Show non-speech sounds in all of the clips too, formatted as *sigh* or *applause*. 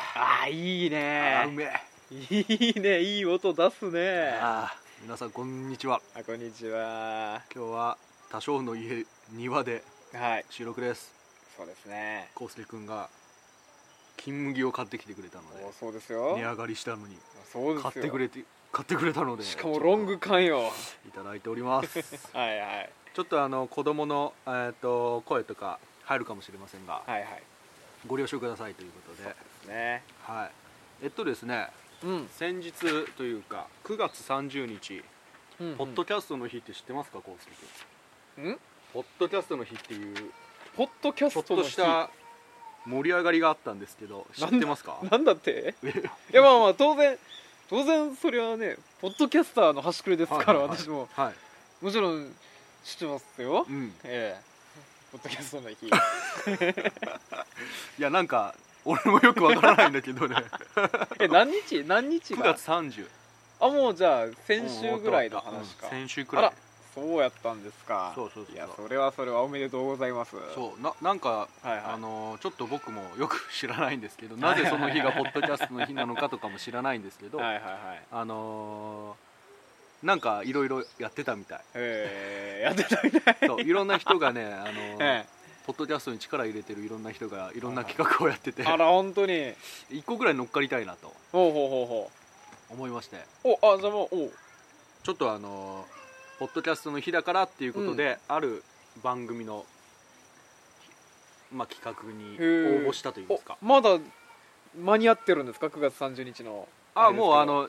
いいあーうねめえいいねいい音出すねあー皆さんこんにちはあこんにちは今日は多少の家庭ではい収録ですそうですねコウスケ君が金麦を買ってきてくれたのおでそうですよ値上がりしたのにそうですよ買ってくれて買ってくれたのでしかもロング缶よいただいております *laughs* はいはいちょっとあの子供のえーと声とか入るかもしれませんがはいはいご了承くださいということでねはいえっとですねうん先日というか9月30日ポッドキャストの日って知ってますかコウスケ君うんポッドキャストの日っていうポッドキャちょスっトのと日した盛り上がりがあったんですけど知ってますかなんだっていやまあまあ当然当然それはねポッドキャスターの端くれですから、はいはいはい私もはい、もちろん知ってますよ、うん、ええポッドキャス *laughs* トの日いやなんか俺もよくわからないんだけどねえ何日何日9が月30あもうじゃあ先週ぐらいの話か、うん先週くあらいらそうやったんですかそうそうそうそうやそれはそれはおめでとうございますそうななんか、はいはいあのちょっと僕もよく知らないんですけどなぜその日がポッドキャストの日なのかとかも知らないんですけど、はいはいはいあのーなんかいろいろやってたみたいええやってたみたいそういろんな人がね、あのー *laughs* えポッドキャストに力入れてるいろんな人がいろんな企画をやっててえあら本当に一個ぐらい乗っかりたいなとほうほうほうほ思いましてうおあじゃあもうおうちょっとあのポッドキャストの日だからっていうことで、ある番組の、まあ、企画にへー応募したといいますかおまだ間に合ってるんですか9月30日のあれですけもどうあの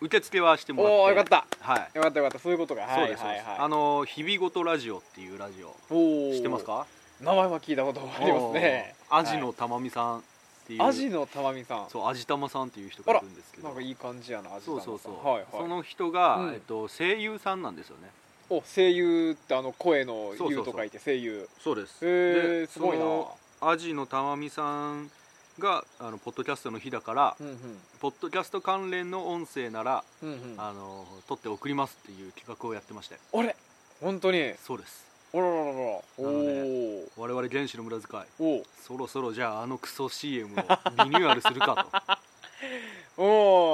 受け付けはしてもらっておおよかったはい、よかったよかったそういうことがそうですそうはいですはいあはいの日々ごとラジオっていうラジオおー知ってますか名前は聞いたことがありますねおーアジのたまみさんっていう、アジのたまみさんそうアジたまさんっていう人がいるんですけなどんかいい感じやなアジさんそうのさそうそう、はいそはいの人が、うんえっと、声優さんなんですよねお声優ってあの声のそう優そうそうと書いて声優そうですへえすごいなアジのたまみさんがあのポッドキャストの日だから、うんポッドキャスト関連の音声なら、うんうんうんあの撮って送りますっていう企画をやってましてあれ本当にそうですおららららおあのー我々原始の無駄遣いおそろそろじゃああのクソ CM をリニューアルするかお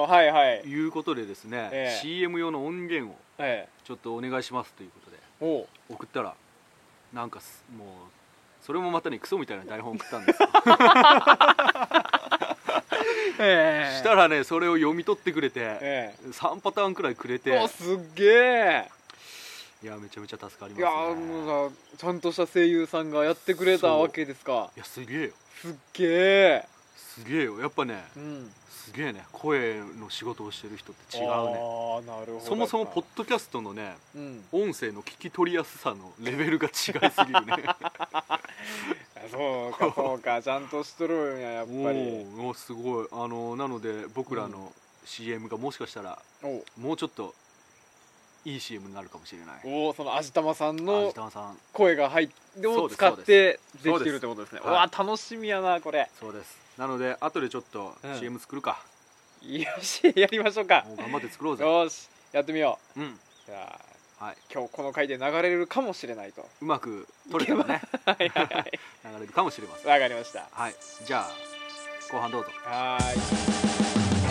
おーはいはいということでですね、 *laughs* ええ CM 用の音源をええちょっとお願いしますということでおう送ったらなんかすもうそれもまたねクソみたいな台本送ったんですよえしたらねそれを読み取ってくれてえ3パターンくらいくれえおてすっげえいやめちゃめちゃ助かります、いね、やーもうさちゃんとした声優さんがやってくれたそうわけですかいやすげえよすっげえすげえよやっぱねうんすげえね声の仕事をしてる人って違うねああなるほどそもそもポッドキャストのねうん音声の聞き取りやすさのレベルが違いすぎる *laughs* ねあそうかそうかちゃんとしとるんややっおぱりーおーすごいあのなので僕らの CM がもしかしたらおもうちょっといい CM になるかもしれないおーその味玉さんアのジタマさん声が入ってそうをです使ってできてるってことですねうそうですわ楽しみやなこれそうですなので後でちょっとうん CM 作るか、よしやりましょうかもう頑張って作ろうぜよしやってみようんうじゃあはい今日この回で流れるかもしれないとうまく撮れたらね *laughs* はいはいはい流れるかもしれませんわかりましたはいじゃあ後半どうぞはーい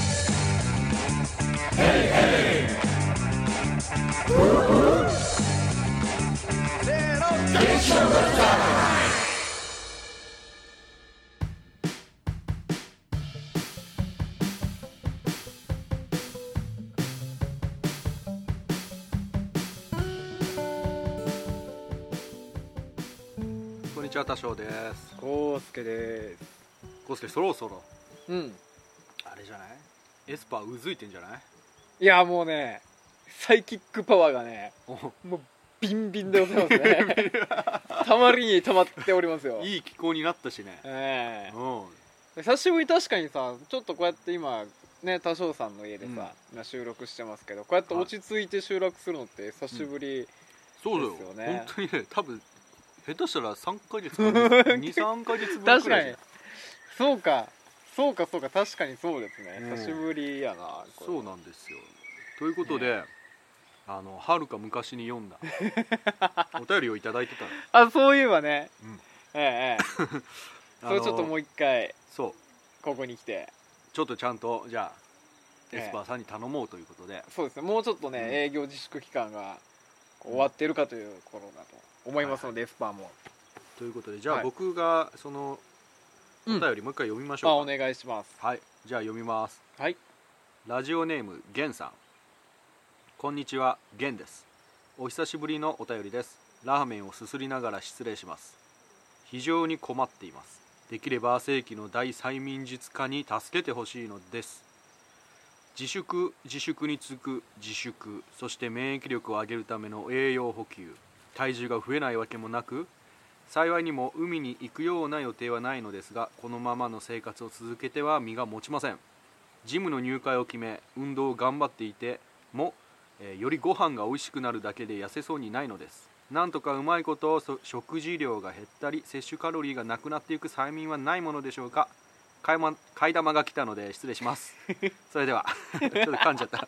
こんにちは多少ですコウスケですコスケそろそろうんあれじゃないエスパーうずいてんじゃないいやもうねサイキックパワーがねもうビンビンでございますね *laughs* たまりにたまっておりますよいい気候になったしねえうんえ久しぶり確かにさちょっとこうやって今ね多少さんの家でさ、今収録してますけどこうやって落ち着いて収録するのって久しぶり、そうだよですよね本当にね多分下手したら3ヶ月か *laughs* 23ヶ月ぶり確かくらいにじゃんそうかそうかそうか確かにそうですね、うん久しぶりやなこれそうなんですよということで、あのはるか昔に *laughs* 読んだお便りをいただいてたのあそういえばね、うんええええそれちょっともうう一回そうここに来てちょっとちゃんとじゃあええエスパーさんに頼もうということで、そうですねもうちょっとね、うん営業自粛期間がこう終わってるかという頃だと思いますので、エスパーもということでじゃあはい僕がそのおうん便りもう一回読みましあょうおか、願いしますはいじゃあ読みますはいラジオネームゲンさんこんにちはゲンですお久しぶりのお便りですラーメンをすすりながら失礼します非常に困っていますできれば正規の大催眠術家に助けてほしいのです自粛自粛に続く自粛そして免疫力を上げるための栄養補給体重が増えないわけもなく幸いにも海に行くような予定はないのですがこのままの生活を続けては身が持ちませんジムの入会を決め運動を頑張っていても、えーよりご飯が美味しくなるだけで痩せそうにないのですなんとかうまいことそ食事量が減ったり摂取カロリーがなくなっていく催眠はないものでしょうか買い,、ま、買い玉が来たので失礼しますそれでは *laughs* ちょっと噛んじゃった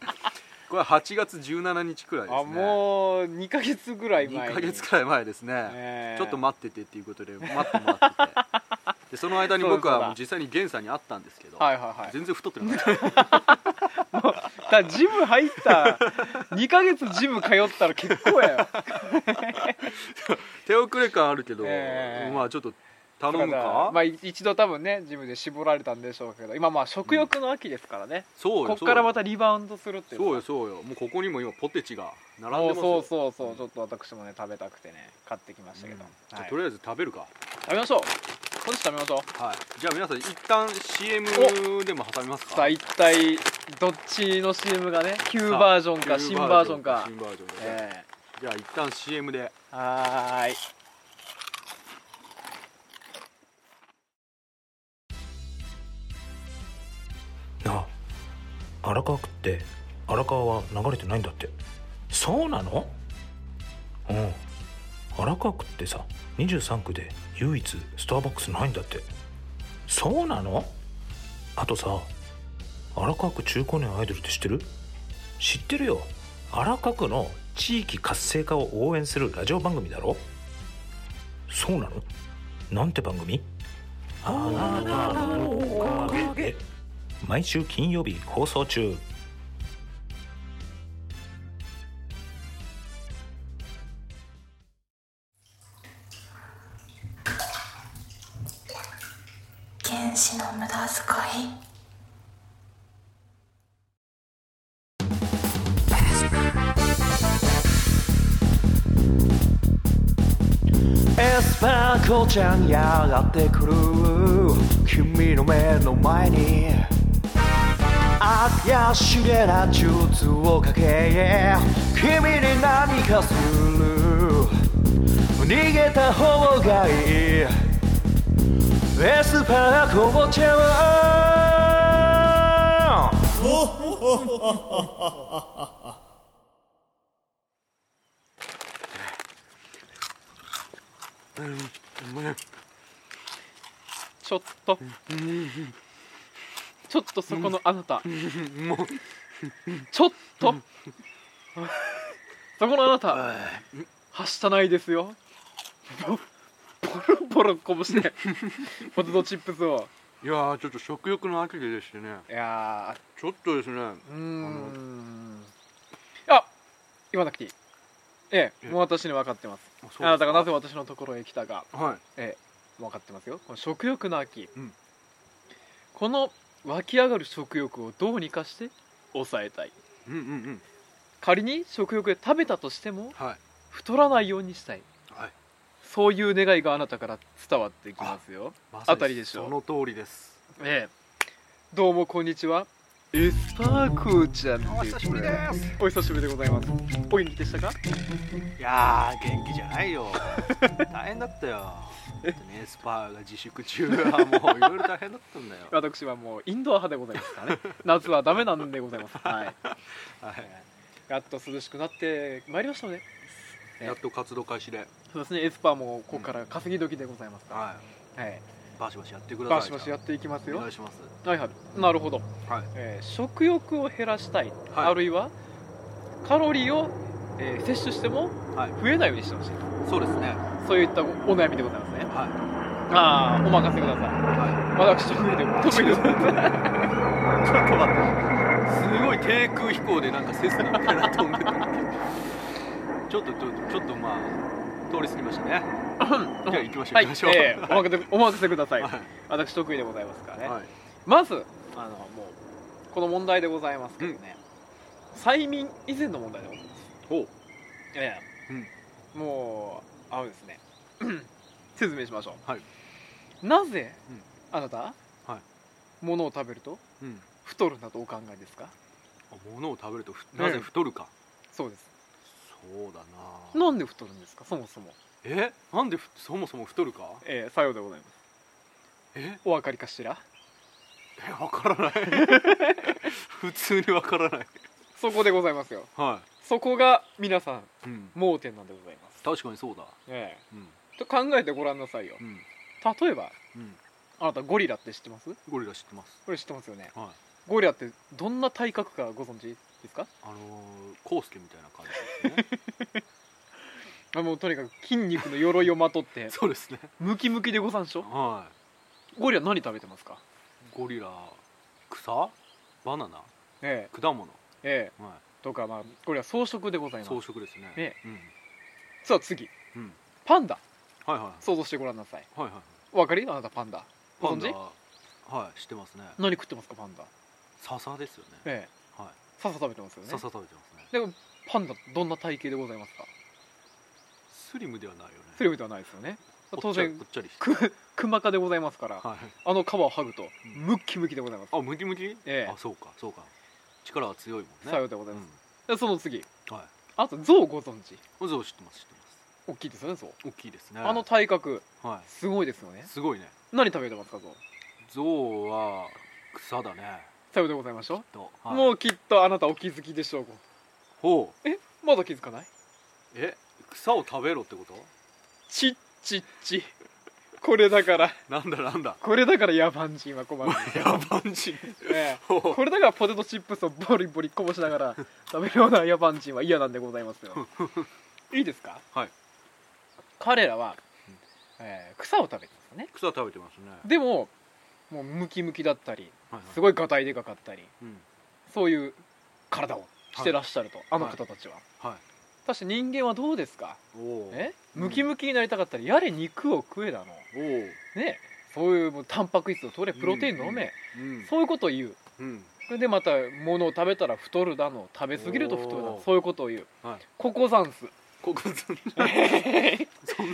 これは8月17日くらいですねあもう2ヶ月ぐらい前2にヶ月くらい前ですね、ねえちょっと待っててっていうことで待ってもらっててでその間に僕そうだそうはだもう実際にゲンさんに会ったんですけど、はいはいはい全然太ってなかった *laughs* だからジム入った2ヶ月ジム通ったら結構やよ手遅れ感あるけど、ええまあちょっと頼むだらかまあ、い一度多分ねジムで絞られたんでしょうけど今まあ食欲の秋ですからね、そうこよっからまたたリバウンドするっていうそうのよがそうよもうここにも今ポテチが並んもでうますそようそうそうちょっと私もね食べたくてね買ってきましたけど、うんじゃあはいとりあえず食べるか食べましょうポテチ食べましょうはいじゃあ皆さん一旦 CM でも挟みますかさあ一体どっちの CM がね旧バージョンか新バージョンか新バージョンで、えじゃあ一旦 CM でえはーいなあ荒川区って荒川は流れてないんだってそうなのうん荒川区ってさ23区で唯一スターバックスないんだってそうなのあとさ荒川区中高年アイドルって知ってる知ってるよ荒川区の地域活性化を応援するラジオ番組だろそうなのなんて番組あなたのおかげで毎週金曜日放送中原子の無駄遣いエスパーコちゃんやがってくる君の目の前に怪しげな術をかけ君に何かする逃げた方がいいエスパーコちゃんはちょっとちょっとそこのあなたちょっとそこのあなたはしたないですよボロボロこぼしてポテトチップスをいやーちょっと食欲の秋ででしてねいやちょっとですねーうーんあ言わなくていいええもう私に分かってますそうであすかなたがなぜ私のところへ来たかはい分かってますよこの食欲の秋、うんこの湧き上がる食欲をどうにかして抑えたいうんうんうん仮に食欲で食べたとしてもはい太らないようにしたいはいそういう願いがあなたから伝わってきますよまさにあたりでしょその通りですええどうもこんにちはエスパーコーちゃんですお久しぶりですお久しぶりでございますお元気でしたかいやー元気じゃない *laughs* よ大変だったよだってねスパーが自粛中はもういろいろ大変だったんだよ私はもうインドア派でございます *laughs* からね夏はダメなんでございますはいはいやっと涼しくなってまいりましたねやっと活動開始で、そうですねエスパーもここから稼ぎ時でございますから、ははい、い、バシバシやってくださいバシバシやっていきますおよ願いしますはいはいなるほど、はいえー食欲を減らしたい、はいあるいはカロリーを、えー摂取してもはい増えないようにしてほしい、そうですねそういったお悩みでございますねはああお任せくださいい、は私の上でも得意ですい、ちょっと待ってすごい低空飛行でなんかセスナみたいなの飛んでたちょっとちょっとちょっとまあ通り過ぎましたねじゃあ行きましょう、はい、行きましょう、ええお任せお任せください、はい私得意でございますからね、はいまずあのもうこの問題でございますけどね、催眠以前の問題でございますほうええうんもうあのです *clears throat* ね説明しましょう、はいなぜ、うんあなた、は物を食べるとうん太るんだとお考えですか物を食べるとふなぜ太るか、そうですそうだななんで太るんですかそもそもえなんでふそもそも太るかええさようでございますえお分かりかしらえわから *laughs* ない普通にわからないそこでございますよはそこが皆さんい、うん、盲点なんでございます確かにそうだええうんちょっと考えてごらんなさいようん例えばうんあなたゴリラって知ってますゴリラ知ってますこれ知ってますよねはいゴリラってどんな体格かご存知ですかあのー、コウスケみたいな感じですねあもうとにかく筋肉の鎧をまとって *laughs* そうですねムキムキでござんしょはゴリラ何食べてますかいゴリラ草バナナえ果物、えええはとかまあゴリラ草食でございい、ま装す飾ですねねうんさあ次うんパンダはいはい想像してごらんなさいはいはいお分かりあなたパンダごパ存ンダ知はい知ってますね何食ってますかパンダ笹ですよねええは笹食べてますよいね笹食べてますねでもパンダどんな体型でございますかスリムではないよねスリムではないですよねぽ当っちゃり然ぽっちゃりしてくクマ科でございますからはいあの皮を剥ぐとんムッキムキでございますあムキムキ、ええあそうかそうか力は強いもんねさようでございます、でその次うん、はいあと象ご存知うずを知ってます知ってま大きいですよね象す大きいですねあの体格はすごいですよいねすごいね何食べてますか象ゾウは草だねさようでございましょと、う、はいもうきっとあなたお気づきでしょうほうえまだ気づかないえ草を食べろってことちっちっちこれだからなんだなんだこれだから野蛮人は困 *laughs* る、野蛮人ねえほうこれだからポテトチップスをボリボリこぼしながら食べるような野蛮人は嫌なんでございますよ *laughs* いいですかはい彼らは、えー草を食べてますよね草食べてますねでももうムキムキだったりはいすごいガタイでかかったりうんそういう体をしてらっしゃると、あの方たちは、はいそして人間はどうですかおおえムキムキになりたかったらやれ肉を食えだのおおねそういうもうタンパク質を取れプロテイン飲め、うんそういうことを言ううんそれでまた物を食べたら太るだの食べ過ぎると太るだおのーそういうことを言う、はいここざんすここずん *laughs* そん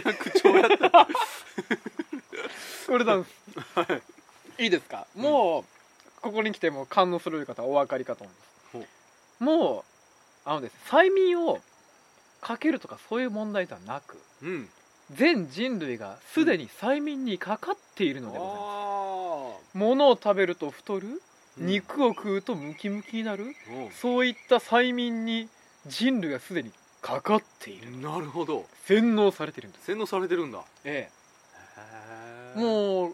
な口調やった *laughs* これざんす、い、いですか、もうここに来てもう感動する方はお分かりかと思いますもうあのですね催眠をかけるとかそういう問題ではなくうん全人類がすでに催眠にかかっているあのでございます、あ物を食べると太る、うん肉を食うとムキムキになるおそういった催眠に人類がすでにかかっているうなるほど洗脳されてるんです洗脳されてるんだええ、へもう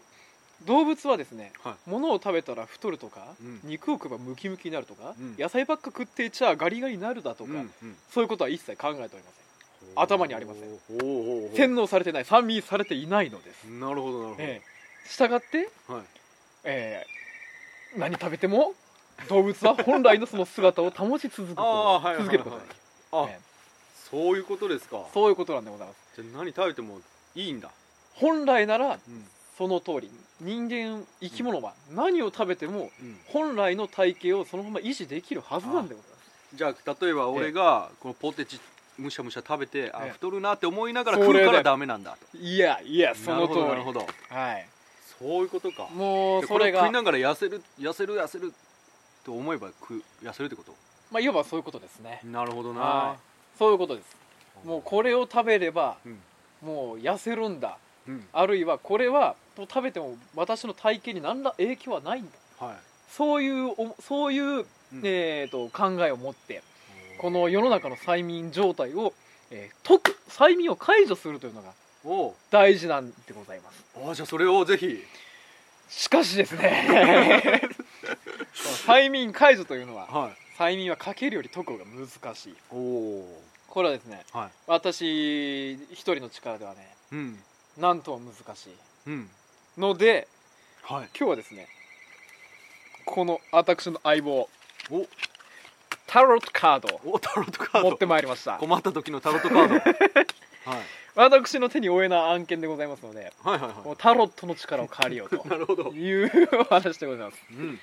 動物はですね、はい物を食べたら太るとか、うん肉を食えばムキムキになるとか、うん野菜ばっか食ってちゃガリガリになるだとうか、んうんそういうことは一切考えておりませ頭にありませんおーおーんおー洗脳されてない酸味されていないのです、なるほどなるほど、ええ、したがって、はいええ何食べても動物は本来のその姿を保ち続けるあーはいはいはい続けることができるあ、ええそういうことですかそういうことなんでございますじゃあ何食べてもいいんだ、本来ならうんその通り人間生き物は何を食べてもうん、本来の体型をそのまま維持できるはずなんでございますじゃあ例えば俺がこのポテチむしゃむしゃ食べてあええ太るなって思いながらそれ食でうからダメなんだといやいやその通りなるほどなるほどはいそういうことかもうでそれがこを食いながら痩せる痩せる痩せると思えば食う痩せるってことまあいわばそういうことですねなるほどはいそういうことですもうこれを食べればうんもう痩せるんだうんあるいはこれはもう食べても私の体型に何ら影響はないんだはいそういうおそういう、うんえー、と考えを持ってこの世の中の催眠状態を、えー解く催眠を解除するというのがお大事なんでございますおあじゃあそれをぜひしかしです *laughs* ねこの催眠解除というのははい催眠はかけるより解く方が難しいおおこれはですねは私一人の力ではねいうんなんとも難しうんいのではい今日はですねこの私の相棒おタロットカードおタロットカード持ってまいりました困った時のタロットカード、はい、私の手に負えない案件でございますのではいはいもはうタロットの力を借りよう *laughs* いなるほどというお話でございますうん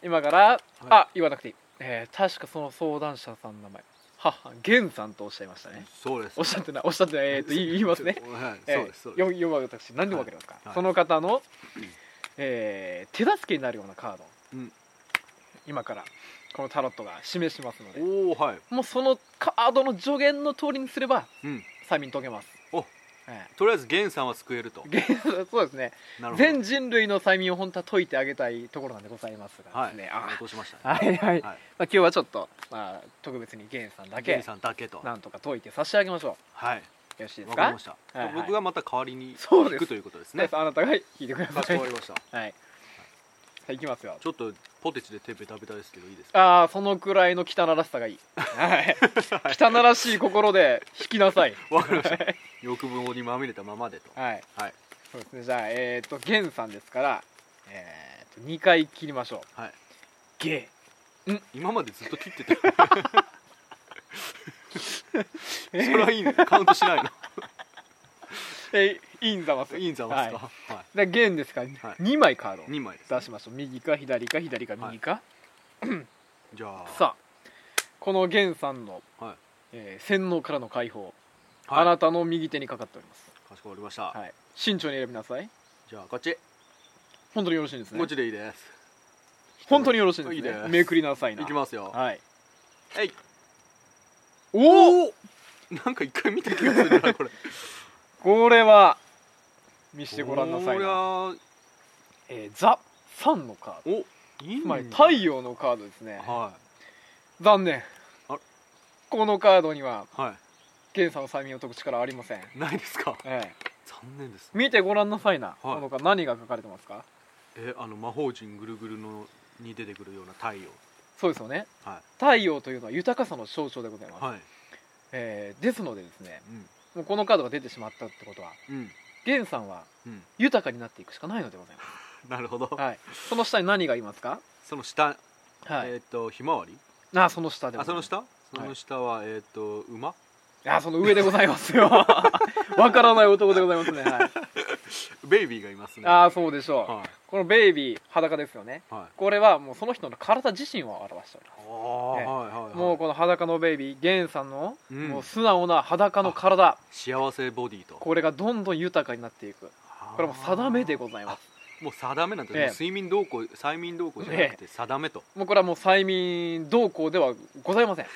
今から、あ言わなくていい、えー確かその相談者さんの名前はは源さんとおっしゃいましたねそうですおっしゃってないおっしゃってないえー、 *laughs* と言い言いますねはいえーそうですそうですよよ私何でも分かりますから、はいその方の、えー手助けになるようなカード、うん今からこのタロットが示しますのでおおはいもうそのカードの助言の通りにすればうん催眠解けますおえーとりあえずゲンさんは救えると現そうですねなるほど全人類の催眠を本当は解いてあげたいところなんでございますがはでいすね、あー落としましたねはいはい、まはあい、今日はちょっと、まあ、特別にゲンさんだゲンけさんだけとなんとか解いて差し上げましょはいうよろしいですわかかりましたはいはい僕がまた代わりにそう行ですくということですねねあなたが弾いてくだかさしいはこまいりましたはいいきますよちょっとポテチで手ベタベタですけどいいですかああそのくらいの汚らしさがいい、はい、汚らしい心で弾きな *laughs* さいわかりました欲望にまみれたままでとはい、はいそうですねじゃあえっ、とゲンさんですからえー、と2回切りましょうはいゲ今までずっと *laughs* 切ってたそれはいいねカウントしないのえー、インザマスいいんざますかはでゲンですから、はい2枚カードをい2枚です出しましょう右か左か左か右か、じゃあさあこのゲンさんの、はいえー洗脳からの解放、はいあなたの右手にかかっております、かしこまりましたはい、慎重に選びなさいじゃあこっち本当によろしいんですねこっちでいいです本当によろしいんですねいいですめくりなさいないきますよはいはいおおなんか一回見た気がする *laughs* なこれこれは見してごらんなさいこりな、ゃえー、ザ・サンのカードおいいつねまり太陽のカードですねは残念あらこのカードにはいはゲンさんの催眠を解く力はありません、いないですかえ残念ですー見てごらんなさいな、はいこのカード何が書かれてますかえあの魔法陣ぐるぐるのに出てくるような太陽そうですよねは太陽というのは豊かさの象徴でございます、はいえーですのでですねうんもうこのカードが出てしまったってことはうん源さんはうん豊かになっていくしかないのでございます、なるほどはい、その下に何がいますかその下はい、えっとひまわりあその下でごあざそいまのす下その下はえっと馬あその上でございます *laughs* よわからない男でございますね、はい、ベイビーがいますねああそうでしょう、はいこのベイビー裸ですよねはいこれはもうその人の体自身を表しておりまああはいはいはすいもうこの裸のベイビー源さんの、うんもう素直な裸の体幸せボディとこれがどんどん豊かになっていくここれも定めでございますもう定めなんて、ええもう睡眠動向催眠動向じゃなくて定めと、もうこれはもう催眠動向ではございません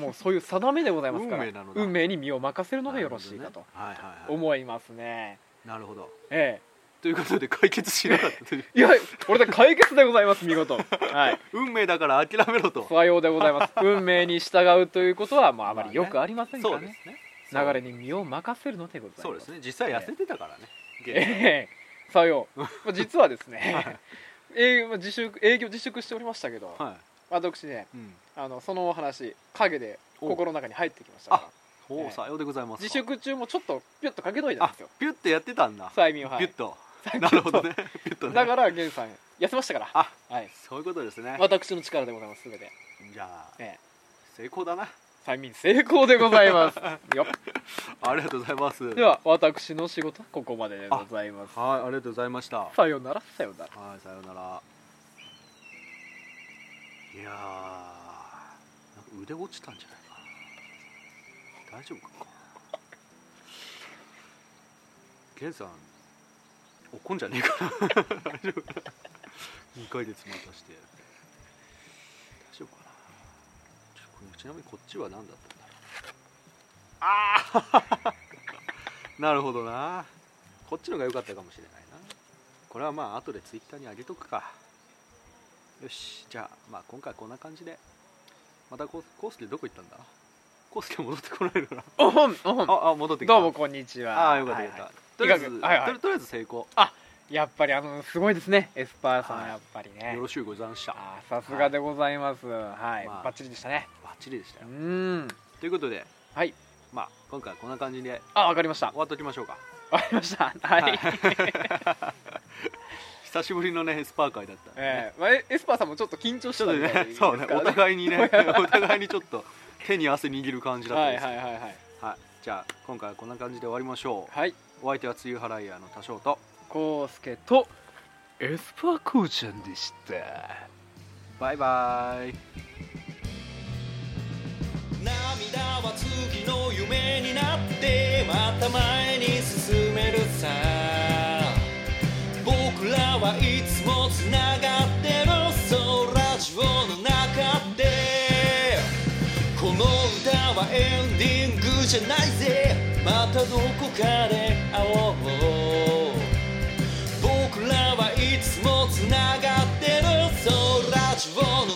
もうそういう定めでございますから運命なのだに身を任せるのがよろしいかとはいはいはい思いますねなるほどえということで解決しなかった *laughs* というえいやこれで解決でございます見事 *laughs* はい運命だから諦めろとさようでございます *laughs* 運命に従うということはまああまりよくありませんかそらうでねすね流れに身を任せるのでございますそうですね実際痩せてたからね、ゲええさよ *laughs* うまあ実はですね営業自粛営業自粛しておりましたけど、ームはい、私ねうん、あのそのお話陰で心の中に入ってきましたからあおえーえさようでございます自粛中もちょっとピュッとかけといたんあですよピュッてやってたんだ、催眠をはピュいッとなるほどねピュッとねだから源さん痩せましたからあはいそういうことですね私の力でございます全て、じゃあええ成功だな催眠成功でございます *laughs* よありがとうございますでは私の仕事はここまででございますはいありがとうございましたはさよならさよならいさようならいやーなんか腕落ちたんじゃないかな大丈夫かなゲンさん怒んじゃねえかな *laughs* 大丈夫かな2回でつまたして大丈夫かなちょこれちなみにこっちは何だったんだろうああ *laughs* なるほどなこっちのが良かったかもしれないなこれはまあ後でツイッターに上げとくかよしじゃあまあ今回こんな感じでまたこコースケどこ行ったんだコースケ戻ってこないのかなおほんおほん *laughs* ああ戻ってきたどうもこんにちはああよかったよかはいはったとりあえずいかがはいはいとりとりあえず成功いやっぱりあのすごいですねエスパーさはんいやっぱりねよろしゅうござんしたあーさすがでございますはいまあバッチリでしたねバッチリでしたうよんということではいまあ今回はこんな感じであわかりました *laughs* 終わっときましょうかわかりましたはいはい久しぶりのねエスパー会だった、ええまあ、エエスパーさんもちょっと緊張しちてょたっとみたいねですかそうらねお互いに *laughs* ねお互いにちょっと手に汗握る感じだったはんいですけどはいはいはいはい、じゃあ今回はこんな感じで終わりましょうはいお相手は梅雨払い屋の多少とコウスケとエスパーコウちゃんでしたバイバイ涙は次の夢になってまた前に進めるさ僕らはいつもつながってるそうラジオの中でこの歌はエンディングじゃないぜまたどこかで会おう僕らはいつもつながってるそうラジオの